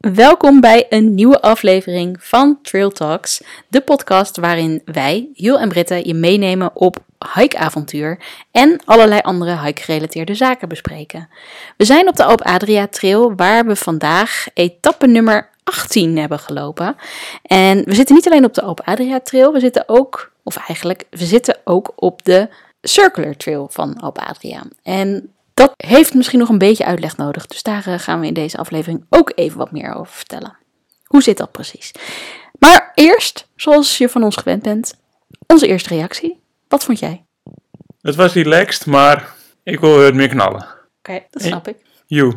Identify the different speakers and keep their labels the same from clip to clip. Speaker 1: Welkom bij een nieuwe aflevering van Trail Talks, de podcast waarin wij, Jules en Britta, je meenemen op hikeavontuur en allerlei andere hike-gerelateerde zaken bespreken. We zijn op de Alp Adria Trail, waar we vandaag etappe nummer 18 hebben gelopen. En we zitten niet alleen op de Alp Adria Trail, we zitten ook, of eigenlijk, we zitten ook op de Circular Trail van Alp Adria. En dat heeft misschien nog een beetje uitleg nodig. Dus daar eh, gaan we in deze aflevering ook even wat meer over vertellen. Hoe zit dat precies? Maar eerst, zoals je van ons gewend bent, onze eerste reactie. Wat vond jij?
Speaker 2: Het was relaxed, maar ik wil het meer knallen.
Speaker 1: Oké, dat
Speaker 2: Ik-
Speaker 1: snap ik.
Speaker 2: You.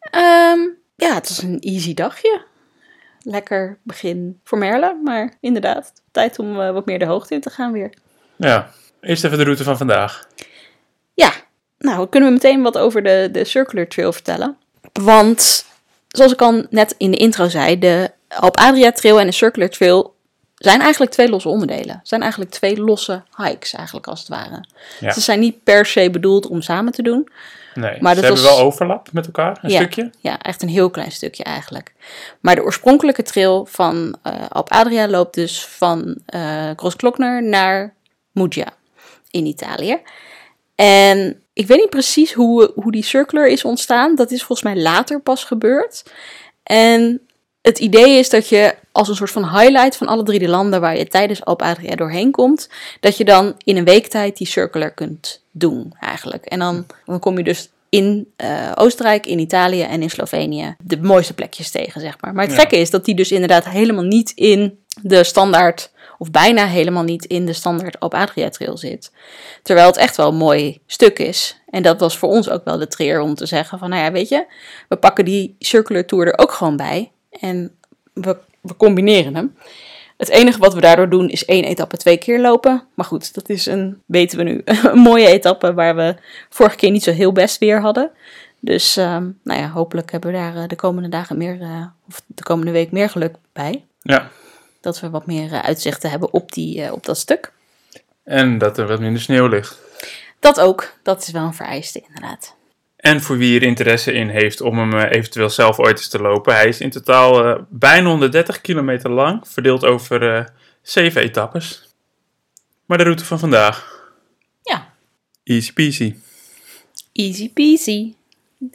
Speaker 1: Ehm, ja, het was een easy dagje. Lekker begin voor Merle, maar inderdaad, tijd om eh, wat meer de hoogte in te gaan weer.
Speaker 2: Ja. Eerst even de route van vandaag.
Speaker 1: Ja, nou kunnen we meteen wat over de, de Circular Trail vertellen. Want, zoals ik al net in de intro zei, de Alp Adria Trail en de Circular Trail zijn eigenlijk twee losse onderdelen. Zijn eigenlijk twee losse hikes, eigenlijk als het ware.
Speaker 2: Ja.
Speaker 1: Ze zijn niet per se bedoeld om samen te doen.
Speaker 2: Nee,
Speaker 1: Maar
Speaker 2: ze
Speaker 1: dat
Speaker 2: hebben
Speaker 1: was-
Speaker 2: wel overlap met elkaar, een
Speaker 1: Ja.
Speaker 2: stukje.
Speaker 1: Ja, echt een heel klein stukje eigenlijk. Maar de oorspronkelijke trail van eh Alp Adria loopt dus van eh Grossglockner naar Muggia in Italië. En ik weet niet precies hoe, hoe die circular is ontstaan. Dat is volgens mij later pas gebeurd. En het idee is dat je als een soort van highlight van alle drie de landen waar je tijdens Alp Adria doorheen komt, dat je dan in een week tijd die circular kunt doen eigenlijk. En dan, dan kom je dus in eh, Oostenrijk, in Italië en in Slovenië de mooiste plekjes tegen, zeg maar. Maar het
Speaker 2: Ja.
Speaker 1: gekke is dat die dus inderdaad helemaal niet in de standaard, of bijna helemaal niet in de standaard Alp Adria trail zit. Terwijl het echt wel een mooi stuk is. En dat was voor ons ook wel de treer om te zeggen van, nou ja, weet je, we pakken die circular tour er ook gewoon bij. En we, we combineren hem. Het enige wat we daardoor doen is één etappe twee keer lopen. Maar goed, dat is een, weten we nu, een mooie etappe waar we vorige keer niet zo heel best weer hadden. Dus ehm, nou ja, hopelijk hebben we daar eh, de komende dagen meer, eh, of de komende week meer geluk bij.
Speaker 2: Ja.
Speaker 1: Dat we wat meer eh, uitzichten hebben op, die, eh, op dat stuk.
Speaker 2: En dat er wat minder sneeuw ligt.
Speaker 1: Dat ook, dat is wel een vereiste inderdaad.
Speaker 2: En voor wie er interesse in heeft om hem eh, eventueel zelf ooit eens te lopen. Hij is in totaal eh, bijna 130 kilometer lang, verdeeld over eh, zeven etappes. Maar de route van vandaag,
Speaker 1: Ja,
Speaker 2: easy peasy.
Speaker 1: easy peasy.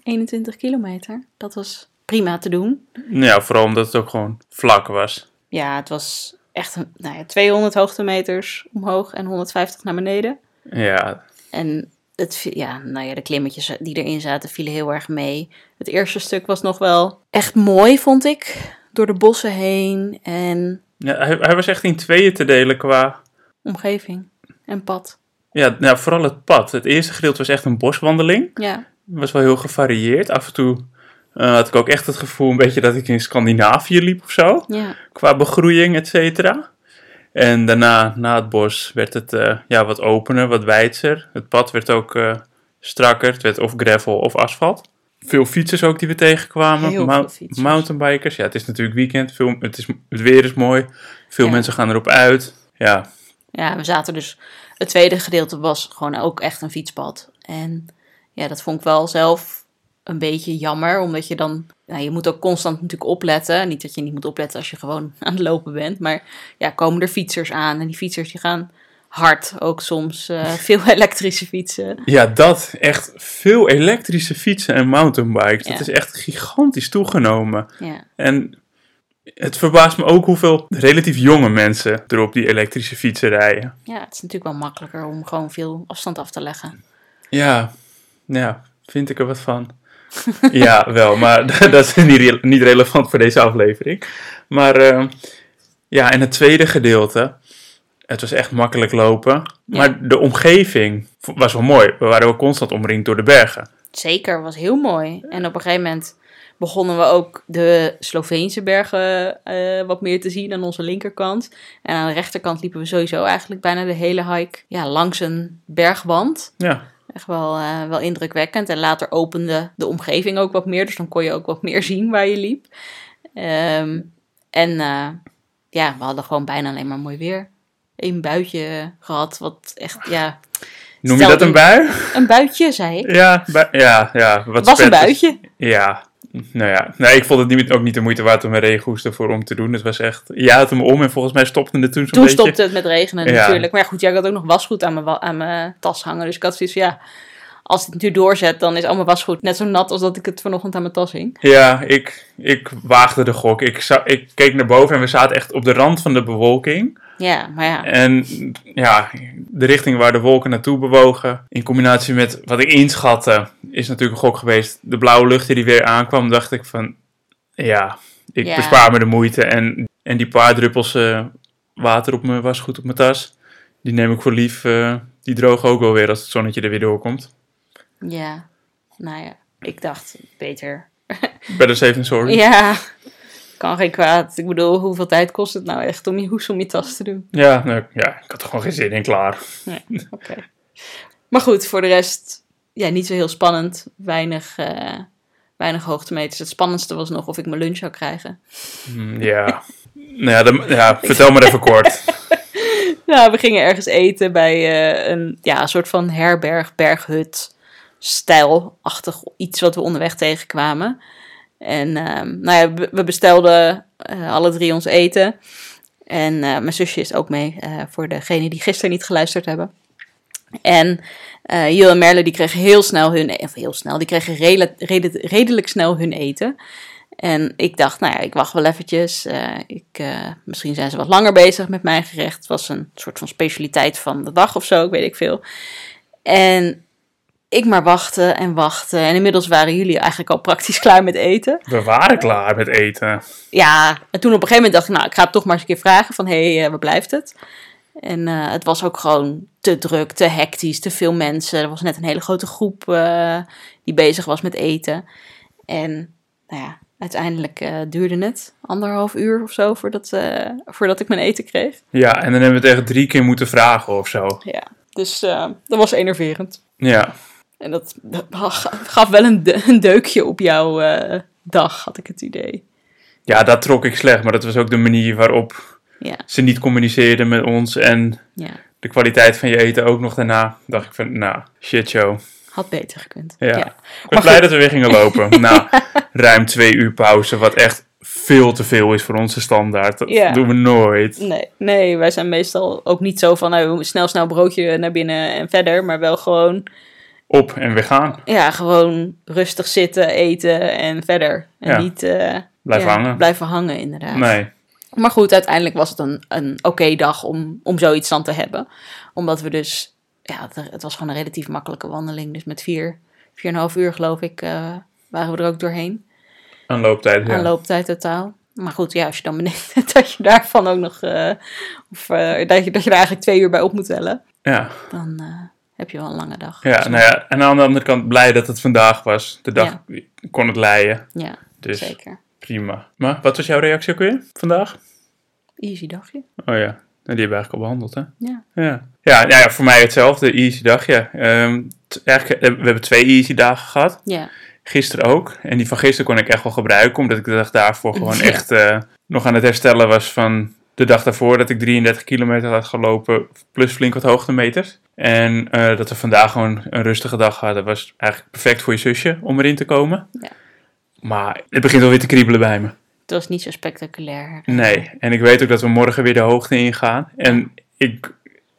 Speaker 1: 21 kilometer, dat was prima te doen.
Speaker 2: Nou ja, vooral omdat het ook gewoon vlak was.
Speaker 1: Ja, het was echt een, nou ja, 200 hoogtemeters omhoog en 150 naar beneden.
Speaker 2: Ja,
Speaker 1: En het, vi- ja, nou ja, de klimmetjes die erin zaten vielen heel erg mee. Het eerste stuk was nog wel echt mooi, vond ik. Door de bossen heen en
Speaker 2: ja hij, hij was echt in tweeën te delen qua
Speaker 1: omgeving en pad.
Speaker 2: Ja, nou, vooral het pad. Het eerste gedeelte was echt een boswandeling.
Speaker 1: Ja,
Speaker 2: Was wel heel gevarieerd. Af en toe eh, had ik ook echt het gevoel een beetje dat ik in Scandinavië liep of zo.
Speaker 1: ja.
Speaker 2: Qua begroeiing, et cetera. En daarna, na het bos, werd het eh, ja, wat opener, wat wijdser. Het pad werd ook eh, strakker. Het werd of gravel of asfalt. Veel fietsers ook die we tegenkwamen.
Speaker 1: Heel
Speaker 2: Mou-
Speaker 1: veel fietsers.
Speaker 2: Mountainbikers. Ja, het is natuurlijk weekend. Veel, het, is, het weer is mooi. Veel
Speaker 1: Ja.
Speaker 2: mensen gaan erop uit. Ja,
Speaker 1: Ja, we zaten dus. Het tweede gedeelte was gewoon ook echt een fietspad. En ja, dat vond ik wel zelf een beetje jammer, omdat je dan. Nou, je moet ook constant natuurlijk opletten. Niet dat je niet moet opletten als je gewoon aan het lopen bent. Maar ja, komen er fietsers aan. En die fietsers die gaan hard ook soms. eh, veel elektrische fietsen.
Speaker 2: Ja, dat. Echt veel elektrische fietsen en mountainbikes. Dat
Speaker 1: Ja.
Speaker 2: is echt gigantisch toegenomen.
Speaker 1: Ja,
Speaker 2: En het verbaast me ook hoeveel relatief jonge mensen er op die elektrische fietsen rijden.
Speaker 1: ja het is natuurlijk wel makkelijker om gewoon veel afstand af te leggen.
Speaker 2: Ja, ja vind ik er wat van. ja, wel, maar dat is niet, re- niet relevant voor deze aflevering. Maar eh, ja, en het tweede gedeelte. Het was echt makkelijk lopen. Maar de omgeving was wel mooi. We waren wel constant omringd door de bergen.
Speaker 1: Zeker, was heel mooi. En op een gegeven moment begonnen we ook de Sloveense bergen eh, wat meer te zien aan onze linkerkant. En aan de rechterkant liepen we sowieso eigenlijk bijna de hele hike ja, langs een bergwand.
Speaker 2: Ja,
Speaker 1: Echt wel, eh, wel indrukwekkend. En later opende de omgeving ook wat meer, dus dan kon je ook wat meer zien waar je liep. Ehm, en eh, ja, we hadden gewoon bijna alleen maar mooi weer. Eén buitje gehad, wat echt, ja...
Speaker 2: Noem je
Speaker 1: Stel
Speaker 2: dat
Speaker 1: dat-
Speaker 2: een bui?
Speaker 1: Een buitje, zei ik.
Speaker 2: Ja, bui- ja, ja. Wat
Speaker 1: Het was een
Speaker 2: spetters.
Speaker 1: buitje.
Speaker 2: Ja, Nou ja, nee, ik vond het niet, ook niet de moeite waard om mijn regenhoes ervoor om te doen. Het was echt, ja, het hem om en volgens mij stopte het toen zo'n
Speaker 1: Toen
Speaker 2: beetje.
Speaker 1: stopte het met regenen
Speaker 2: Ja.
Speaker 1: natuurlijk. Maar ja, goed, ja, ik had ook nog wasgoed aan mijn, wa- aan mijn tas hangen. Dus ik had zoiets van, ja, als ik het nu doorzet, dan is al mijn wasgoed net zo nat als dat ik het vanochtend aan mijn tas hing.
Speaker 2: Ja, ik, ik waagde de gok. Ik, za- ik keek naar boven en we zaten echt op de rand van de bewolking.
Speaker 1: Ja, maar ja.
Speaker 2: En ja, de richting waar de wolken naartoe bewogen, in combinatie met wat ik inschatte, is natuurlijk een gok geweest. De blauwe lucht die weer aankwam, dacht ik van, ja, ik
Speaker 1: Ja.
Speaker 2: bespaar me de moeite. En, en die paar druppels eh, water op mijn wasgoed op mijn tas, die neem ik voor lief. eh, die drogen ook wel weer als het zonnetje er weer doorkomt.
Speaker 1: Ja, nou ja. Ik dacht, beter.
Speaker 2: Better safe than sorry.
Speaker 1: Ja, kan geen kwaad. Ik bedoel, hoeveel tijd kost het nou echt om je hoes om je tas te doen?
Speaker 2: Ja, nou, ja, ik had er gewoon geen zin in, klaar.
Speaker 1: Nee, oké. Maar goed, voor de rest, ja, niet zo heel spannend. Weinig, eh, weinig hoogtemeters. Het spannendste was nog of ik mijn lunch zou krijgen.
Speaker 2: Mm, Ja. nou ja, dan- ja, vertel maar even kort.
Speaker 1: Nou, we gingen ergens eten bij eh, een ja, een soort van herberg, berghut, stijlachtig iets wat we onderweg tegenkwamen. En ehm, nou ja, we- we bestelden eh, alle drie ons eten. En eh, mijn zusje is ook mee, eh, voor degenen die gisteren niet geluisterd hebben. En eh Jill en Merle die kregen heel snel hun, of heel snel, die kregen rela- rede- redelijk snel hun eten. En ik dacht, nou ja, ik wacht wel eventjes. Eh, ik, eh, misschien zijn ze wat langer bezig met mijn gerecht. Het was een soort van specialiteit van de dag of zo, ik weet ik veel. En ik maar wachten en wachten. En inmiddels waren jullie eigenlijk al praktisch klaar met eten.
Speaker 2: We waren klaar met eten.
Speaker 1: Ja, en toen op een gegeven moment dacht ik, nou, ik ga het toch maar eens een keer vragen van, hé, hey, eh, waar blijft het? En eh, het was ook gewoon te druk, te hectisch, te veel mensen. Er was net een hele grote groep eh, die bezig was met eten. En nou ja, uiteindelijk eh, duurde het anderhalf uur of zo voordat, eh, voordat ik mijn eten kreeg.
Speaker 2: Ja, en dan hebben we het echt drie keer moeten vragen of zo.
Speaker 1: Ja, dus eh, dat was enerverend.
Speaker 2: Ja,
Speaker 1: En dat, dat gaf wel een, de- een deukje op jouw eh, dag, had ik het idee.
Speaker 2: ja dat trok ik slecht, maar dat was ook de manier waarop
Speaker 1: Ja,
Speaker 2: ze niet communiceerden met ons. En
Speaker 1: ja,
Speaker 2: de kwaliteit van je eten ook nog daarna. Dacht ik van, nou, shit show.
Speaker 1: had beter gekund.
Speaker 2: Ja.
Speaker 1: ja.
Speaker 2: Ik was blij dat we weer gingen lopen. Nou, ruim twee uur pauze, wat echt veel te veel is voor onze standaard. Dat
Speaker 1: Ja.
Speaker 2: doen we nooit.
Speaker 1: Nee, nee, wij zijn meestal ook niet zo van nou, snel, snel broodje naar binnen en verder. Maar wel gewoon,
Speaker 2: Op en we gaan.
Speaker 1: ja, gewoon rustig zitten, eten en verder. En
Speaker 2: Ja.
Speaker 1: niet eh,
Speaker 2: Blijven
Speaker 1: ja,
Speaker 2: hangen.
Speaker 1: blijven hangen, inderdaad.
Speaker 2: Nee.
Speaker 1: Maar goed, uiteindelijk was het een, een oké dag om, om zoiets dan te hebben. Omdat we dus, ja, het, het was gewoon een relatief makkelijke wandeling. Dus met vier, vier en een half uur geloof ik, eh, waren we er ook doorheen.
Speaker 2: Aan looptijd, ja.
Speaker 1: aan looptijd totaal. Maar goed, ja, als je dan bedenkt dat je daarvan ook nog, eh, of eh, dat, je, dat je er eigenlijk twee uur bij op moet tellen,
Speaker 2: ja.
Speaker 1: dan eh, heb je wel een lange dag.
Speaker 2: Ja, nou ja, en aan de andere kant blij dat het vandaag was. De dag kon het leien,
Speaker 1: Ja,
Speaker 2: dus
Speaker 1: zeker.
Speaker 2: prima. Maar wat was jouw reactie ook weer vandaag?
Speaker 1: Easy dagje.
Speaker 2: Oh ja, nou, die hebben we eigenlijk al behandeld, hè?
Speaker 1: Ja.
Speaker 2: Ja, ja, nou ja voor mij hetzelfde, easy dagje. Ehm, t- eigenlijk, eh, we hebben twee easy dagen gehad,
Speaker 1: Ja,
Speaker 2: gisteren ook. En die van gisteren kon ik echt wel gebruiken, omdat ik de dag daarvoor gewoon
Speaker 1: Ja.
Speaker 2: echt eh, nog aan het herstellen was van de dag daarvoor dat ik 33 kilometer had gelopen, plus flink wat hoogtemeters. En eh, dat we vandaag gewoon een rustige dag hadden, was eigenlijk perfect voor je zusje om erin te komen.
Speaker 1: Ja.
Speaker 2: Maar het begint alweer te kriebelen bij me.
Speaker 1: het was niet zo spectaculair.
Speaker 2: Nee, en ik weet ook dat we morgen weer de hoogte ingaan. En ik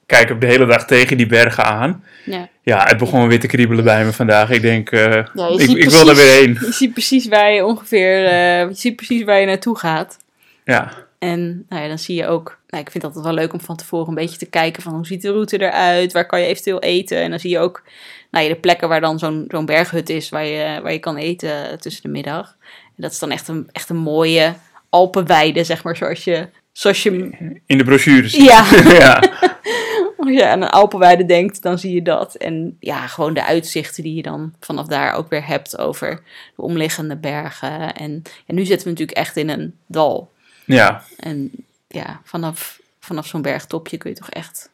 Speaker 2: kijk ook de hele dag tegen die bergen aan.
Speaker 1: Ja.
Speaker 2: Ja, het begon weer te kriebelen bij me vandaag. Ik denk, eh,
Speaker 1: Ja,
Speaker 2: ik, ik wil er weer heen.
Speaker 1: Je ziet precies waar je ongeveer, eh, je ziet precies waar je naartoe gaat.
Speaker 2: Ja,
Speaker 1: En nou ja, dan zie je ook, nou, ik vind het altijd wel leuk om van tevoren een beetje te kijken van hoe ziet de route eruit, waar kan je eventueel eten. En dan zie je ook nou, ja, de plekken waar dan zo'n zo'n berghut is waar je, waar je kan eten tussen de middag. En dat is dan echt een, echt een mooie Alpenweide, zeg maar, zoals je, zoals je
Speaker 2: in de brochures.
Speaker 1: Ja.
Speaker 2: ja.
Speaker 1: als je aan een Alpenweide denkt, dan zie je dat. En ja, gewoon de uitzichten die je dan vanaf daar ook weer hebt over de omliggende bergen. En, en nu zitten we natuurlijk echt in een dal.
Speaker 2: Ja,
Speaker 1: En ja, vanaf, vanaf zo'n bergtopje kun je toch echt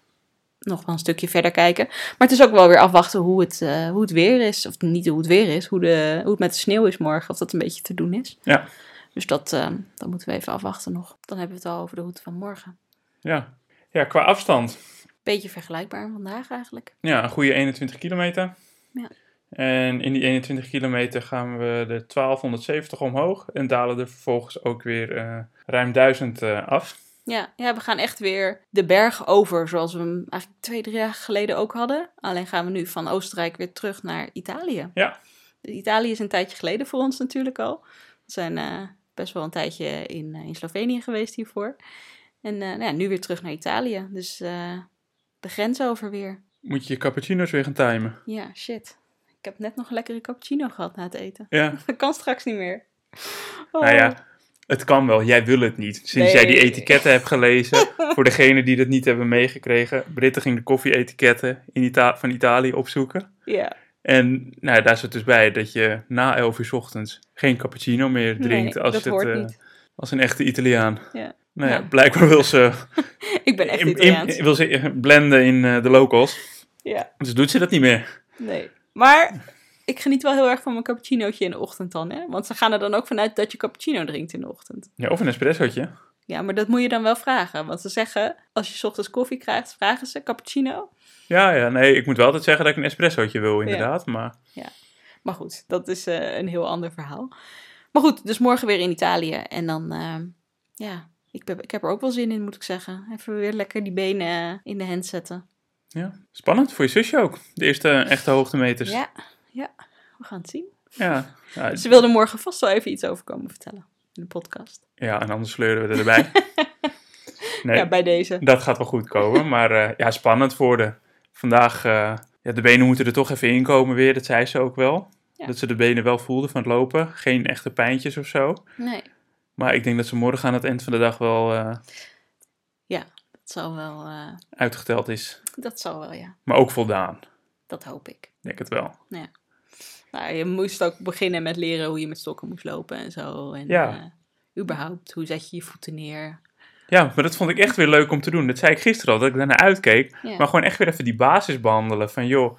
Speaker 1: nog wel een stukje verder kijken. Maar het is ook wel weer afwachten hoe het, eh, hoe het weer is. Of niet hoe het weer is, hoe, de, hoe het met de sneeuw is morgen. Of dat een beetje te doen is.
Speaker 2: Ja.
Speaker 1: Dus dat, eh, dat moeten we even afwachten nog. Dan hebben we het al over de route van morgen.
Speaker 2: ja. ja qua afstand.
Speaker 1: Beetje vergelijkbaar aan vandaag eigenlijk.
Speaker 2: Ja, een goede 21 kilometer.
Speaker 1: Ja.
Speaker 2: En in die 21 kilometer gaan we de 1270 omhoog en dalen er vervolgens ook weer eh, ruim 1000 eh, af.
Speaker 1: Ja, ja, we gaan echt weer de berg over, zoals we hem eigenlijk twee, drie dagen geleden ook hadden. Alleen gaan we nu van Oostenrijk weer terug naar Italië.
Speaker 2: Ja.
Speaker 1: Italië is een tijdje geleden voor ons natuurlijk al. We zijn eh, best wel een tijdje in, eh, in Slovenië geweest hiervoor. En eh, nou ja, nu weer terug naar Italië. Dus eh, de grens over weer.
Speaker 2: Moet je je cappuccino's weer gaan timen.
Speaker 1: Ja, shit. Ik heb net nog een lekkere cappuccino gehad na het eten.
Speaker 2: Ja,
Speaker 1: Dat kan straks niet meer. Oh.
Speaker 2: nou ja, het kan wel. Jij wil het niet. Sinds
Speaker 1: Nee.
Speaker 2: jij die etiketten hebt gelezen, voor degenen die dat niet hebben meegekregen, Britten ging de koffie-etiketten in Ita- van Italië opzoeken.
Speaker 1: Ja.
Speaker 2: En nou, ja, daar zit dus bij dat je na 11 uur 's ochtends geen cappuccino meer drinkt
Speaker 1: Nee,
Speaker 2: als,
Speaker 1: dat
Speaker 2: het,
Speaker 1: hoort
Speaker 2: eh,
Speaker 1: niet.
Speaker 2: als een echte Italiaan.
Speaker 1: Ja.
Speaker 2: Nou ja,
Speaker 1: Ja.
Speaker 2: blijkbaar wil ze,
Speaker 1: Ik ben echt
Speaker 2: in,
Speaker 1: Italiaans.
Speaker 2: in- wil ze eh, blenden in eh, de locals.
Speaker 1: Ja,
Speaker 2: Dus doet ze dat niet meer.
Speaker 1: nee. Maar ik geniet wel heel erg van mijn cappuccinootje in de ochtend dan, hè. Want ze gaan er dan ook vanuit dat je cappuccino drinkt in de ochtend.
Speaker 2: Ja, of een espressootje.
Speaker 1: Ja, maar dat moet je dan wel vragen. Want ze zeggen, als je 's ochtends koffie krijgt, vragen ze cappuccino.
Speaker 2: Ja, ja, nee, ik moet wel altijd zeggen dat ik een espressootje wil, inderdaad. Maar
Speaker 1: Maar goed, dat is eh, een heel ander verhaal. Maar goed, dus morgen weer in Italië. En dan, eh, ja, ik, ben, ik heb er ook wel zin in, moet ik zeggen. Even weer lekker die benen eh, in de hand zetten.
Speaker 2: ja, spannend voor je zusje ook. De eerste echte hoogtemeters.
Speaker 1: Ja, ja, we gaan het zien.
Speaker 2: Ja, ja,
Speaker 1: Ze wilde morgen vast wel even iets over komen vertellen in de podcast.
Speaker 2: ja, en anders sleuren we er erbij. Nee,
Speaker 1: Ja, bij deze.
Speaker 2: dat gaat wel goed komen. Maar eh, ja, spannend voor de. Vandaag, eh, ja, de benen moeten er toch even inkomen weer. Dat zei ze ook wel.
Speaker 1: Ja.
Speaker 2: Dat ze de benen wel voelde van het lopen. Geen echte pijntjes of zo.
Speaker 1: Nee,
Speaker 2: Maar ik denk dat ze morgen aan het eind van de dag wel eh,
Speaker 1: dat zal wel, eh,
Speaker 2: uitgeteld is.
Speaker 1: dat zal wel, ja.
Speaker 2: Maar ook voldaan.
Speaker 1: Dat hoop ik.
Speaker 2: Ik Denk het wel.
Speaker 1: Nou, je moest ook beginnen met leren hoe je met stokken moest lopen en zo. En,
Speaker 2: Ja.
Speaker 1: eh, überhaupt, hoe zet je je voeten neer?
Speaker 2: Ja, maar dat vond ik echt weer leuk om te doen. Dat zei ik gisteren al, dat ik daarna uitkeek.
Speaker 1: Ja.
Speaker 2: Maar gewoon echt weer even die basis behandelen. Van joh,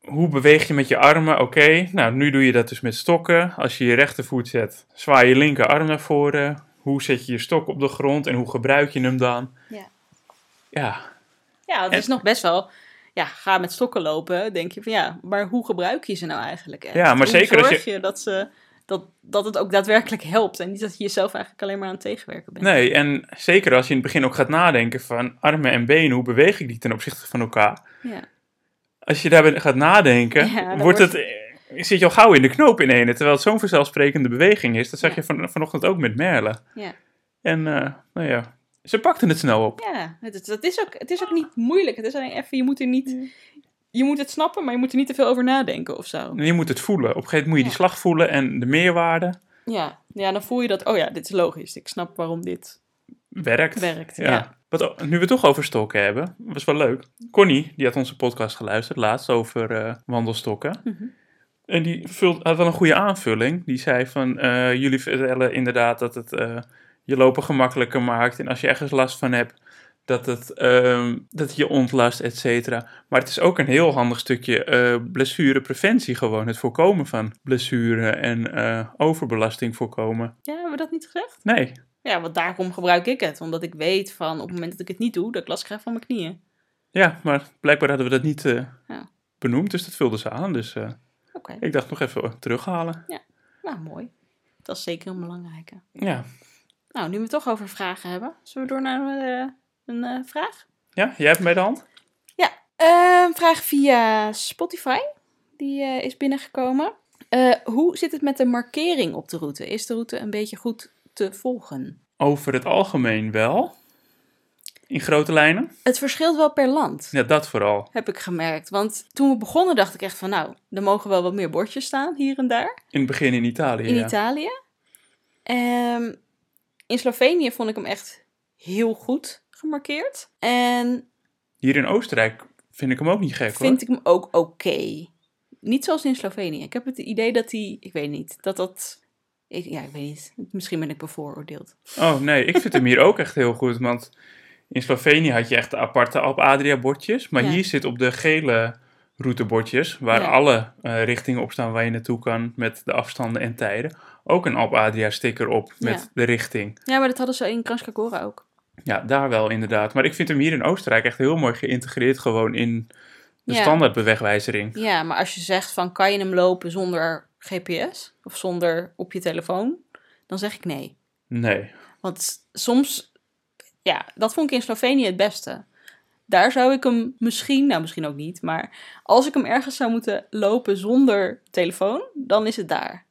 Speaker 2: hoe beweeg je met je armen? Oké, nou nu doe je dat dus met stokken. Als je je rechtervoet zet, zwaai je linkerarm naar voren. Hoe zet je je stok op de grond en hoe gebruik je hem dan?
Speaker 1: Ja.
Speaker 2: Ja,
Speaker 1: Ja, het is nog best wel. Ja, ga met stokken lopen. Denk je van ja, maar hoe gebruik je ze nou eigenlijk? Echt?
Speaker 2: Ja, maar
Speaker 1: Hoe
Speaker 2: zeker als
Speaker 1: zorg je... dat, ze, dat, dat het ook daadwerkelijk helpt. En niet dat je jezelf eigenlijk alleen maar aan het tegenwerken bent.
Speaker 2: nee, en zeker als je in het begin ook gaat nadenken van armen en benen, hoe beweeg ik die ten opzichte van elkaar?
Speaker 1: Ja.
Speaker 2: Als je daarbij gaat nadenken,
Speaker 1: Ja, dan
Speaker 2: wordt het,
Speaker 1: wordt-
Speaker 2: eh, zit je al gauw in de knoop in ene, terwijl het zo'n vanzelfsprekende beweging is. Dat zag
Speaker 1: Ja.
Speaker 2: je van, vanochtend ook met Merle.
Speaker 1: Ja.
Speaker 2: En eh, nou ja, ze pakten het snel op.
Speaker 1: Ja, het, is- dat is ook, het is ook niet moeilijk. Het is alleen even, je moet er niet. Je moet het snappen, maar je moet er niet te veel over nadenken of zo.
Speaker 2: En je moet het voelen. Op een gegeven moment moet je die slag voelen en de meerwaarde
Speaker 1: Ja, ja, dan voel je dat, oh ja, dit is logisch. Ik snap waarom dit
Speaker 2: werkt.
Speaker 1: werkt. Ja.
Speaker 2: Ja. Wat, o- nu we het toch over stokken hebben, was wel leuk. Connie, die had onze podcast geluisterd laatst over eh, wandelstokken.
Speaker 1: Mhm.
Speaker 2: En die vult, had wel een goede aanvulling. Die zei van, eh, jullie vertellen inderdaad dat het eh, je lopen gemakkelijker maakt. En als je ergens last van hebt, dat het, ehm, dat het je ontlast, et cetera. Maar het is ook een heel handig stukje eh, blessurepreventie gewoon. Het voorkomen van blessure en eh, overbelasting voorkomen.
Speaker 1: ja, hebben we dat niet gezegd?
Speaker 2: Nee,
Speaker 1: Ja, want daarom gebruik ik het. Omdat ik weet van op het moment dat ik het niet doe, dat ik last krijg van mijn knieën.
Speaker 2: ja, maar blijkbaar hadden we dat niet eh,
Speaker 1: Ja.
Speaker 2: benoemd. Dus dat vulden ze aan. Dus eh,
Speaker 1: Oké,
Speaker 2: ik dacht nog even eh, terughalen.
Speaker 1: nou mooi. Dat is zeker een belangrijke.
Speaker 2: Ja,
Speaker 1: Nou, nu we het toch over vragen hebben, zullen we door naar eh, een eh, vraag?
Speaker 2: ja jij hebt mij de hand?
Speaker 1: Eh, Een vraag via Spotify. Die eh, is binnengekomen. Eh, hoe zit het met de markering op de route? Is de route een beetje goed te volgen?
Speaker 2: Over het algemeen wel. In grote lijnen?
Speaker 1: Het verschilt wel per land.
Speaker 2: Ja, dat vooral.
Speaker 1: Heb ik gemerkt. Want toen we begonnen dacht ik echt van nou, er mogen wel wat meer bordjes staan hier en daar.
Speaker 2: In het begin in Italië.
Speaker 1: in
Speaker 2: ja.
Speaker 1: Italië. Ehm, in Slovenië vond ik hem echt heel goed gemarkeerd. En
Speaker 2: Hier in Oostenrijk vind ik hem ook niet gek hoor.
Speaker 1: vind ik hem ook oké. Niet zoals in Slovenië. Ik heb het idee dat hij, ik weet niet, dat dat. Ik, ja, ik weet niet. Misschien ben ik bevooroordeeld.
Speaker 2: Oh nee, ik vind hem hier ook echt heel goed. Want in Slovenië had je echt de aparte Alp Adria bordjes. Maar
Speaker 1: Ja.
Speaker 2: hier zit op de gele routebordjes, waar
Speaker 1: Ja.
Speaker 2: alle eh, richtingen op staan waar je naartoe kan met de afstanden en tijden. Ook een Alp Adria sticker op met
Speaker 1: Ja.
Speaker 2: de richting.
Speaker 1: Ja, maar dat hadden ze in Kranjskagora ook.
Speaker 2: Ja, daar wel inderdaad. Maar ik vind hem hier in Oostenrijk echt heel mooi geïntegreerd gewoon in De
Speaker 1: Ja.
Speaker 2: standaard bewegwijzering.
Speaker 1: Ja, maar als je zegt van kan je hem lopen zonder GPS of zonder op je telefoon, dan zeg ik nee.
Speaker 2: Nee.
Speaker 1: Want s- soms, ja, dat vond ik in Slovenië het beste. Daar zou ik hem misschien, nou misschien ook niet, maar als ik hem ergens zou moeten lopen zonder telefoon, dan is het daar.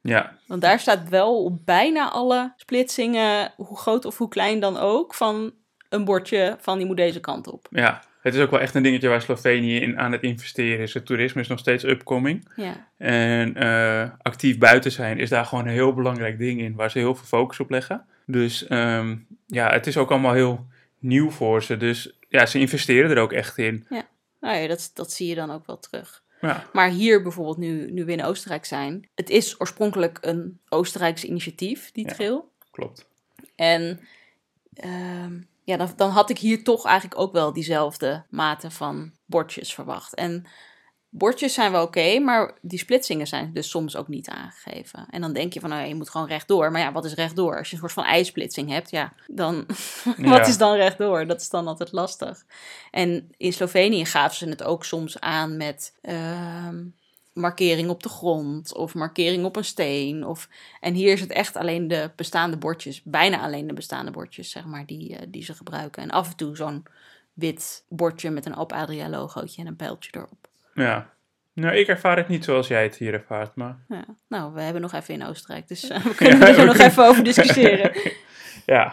Speaker 2: Ja,
Speaker 1: Want daar staat wel op bijna alle splitsingen, hoe groot of hoe klein dan ook, van een bordje van die moet deze kant op.
Speaker 2: ja. Het is ook wel echt een dingetje waar Slovenië in aan het investeren is. Het toerisme is nog steeds upcoming.
Speaker 1: Ja,
Speaker 2: En eh, actief buiten zijn is daar gewoon een heel belangrijk ding in, waar ze heel veel focus op leggen. Dus ehm, ja, het is ook allemaal heel nieuw voor ze. Dus ja, ze investeren er ook echt in.
Speaker 1: nou ja, dat, dat zie je dan ook wel terug.
Speaker 2: Ja,
Speaker 1: Maar hier bijvoorbeeld, nu, nu we in Oostenrijk zijn, het is oorspronkelijk een Oostenrijks initiatief, die
Speaker 2: Ja.
Speaker 1: trail.
Speaker 2: klopt.
Speaker 1: En ehm, ja, dan, dan had ik hier toch eigenlijk ook wel diezelfde mate van bordjes verwacht. En bordjes zijn wel oké, maar die splitsingen zijn dus soms ook niet aangegeven. En dan denk je van, nou ja, je moet gewoon rechtdoor. Maar ja, wat is rechtdoor? Als je een soort van ijsplitsing hebt, ja, dan,
Speaker 2: Ja.
Speaker 1: wat is dan rechtdoor? Dat is dan altijd lastig. En in Slovenië gaven ze het ook soms aan met ehm, markering op de grond of markering op een steen. Of, en hier is het echt alleen de bestaande bordjes, bijna alleen de bestaande bordjes, zeg maar, die, eh, die ze gebruiken. En af en toe zo'n wit bordje met een Alp Adria logootje en een pijltje erop.
Speaker 2: Ja. Nou, ik ervaar het niet zoals jij het hier ervaart, maar...
Speaker 1: Ja. Nou, we hebben nog even in Oostenrijk, dus eh, we kunnen er zo
Speaker 2: we
Speaker 1: nog
Speaker 2: kunnen-
Speaker 1: even over discussiëren.
Speaker 2: Ja,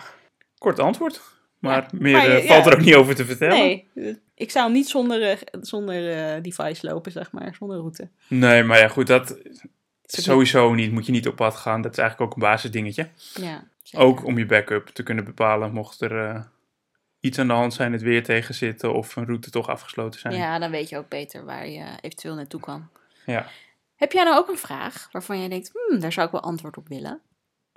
Speaker 2: kort antwoord. Maar meer
Speaker 1: maar je-
Speaker 2: eh, valt
Speaker 1: ja.
Speaker 2: er ook niet over te vertellen. Nee,
Speaker 1: Nee, eh, ik zou hem niet zonder, eh, zonder eh, device lopen, zeg maar, zonder route.
Speaker 2: maar ja, goed, dat
Speaker 1: ook
Speaker 2: sowieso niet. Moet je niet op pad gaan. Dat is eigenlijk ook een basisdingetje.
Speaker 1: Ja, zeker.
Speaker 2: Ook om je backup te kunnen bepalen mocht er eh, iets aan de hand zijn, het weer tegen zitten of een route toch afgesloten zijn.
Speaker 1: Ja, dan weet je ook beter waar je eventueel naartoe kan.
Speaker 2: Ja.
Speaker 1: Heb jij nou ook een vraag waarvan jij denkt, hmm, daar zou ik wel antwoord op willen?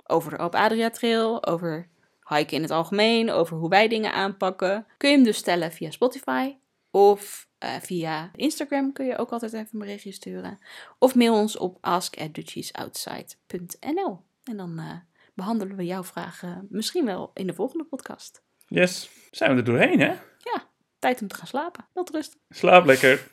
Speaker 1: Over de Alp Adria Trail, over hiken in het algemeen, over hoe wij dingen aanpakken. Kun je hem dus stellen via Spotify of eh, via Instagram kun je ook altijd even een berichtje sturen. Of mail ons op ask.dutchiesoutside.nl en dan eh, behandelen we jouw vragen misschien wel in de volgende podcast.
Speaker 2: Yes, zijn we er doorheen, hè?
Speaker 1: Ja, tijd om te gaan slapen. Tot rust.
Speaker 2: Slaap lekker.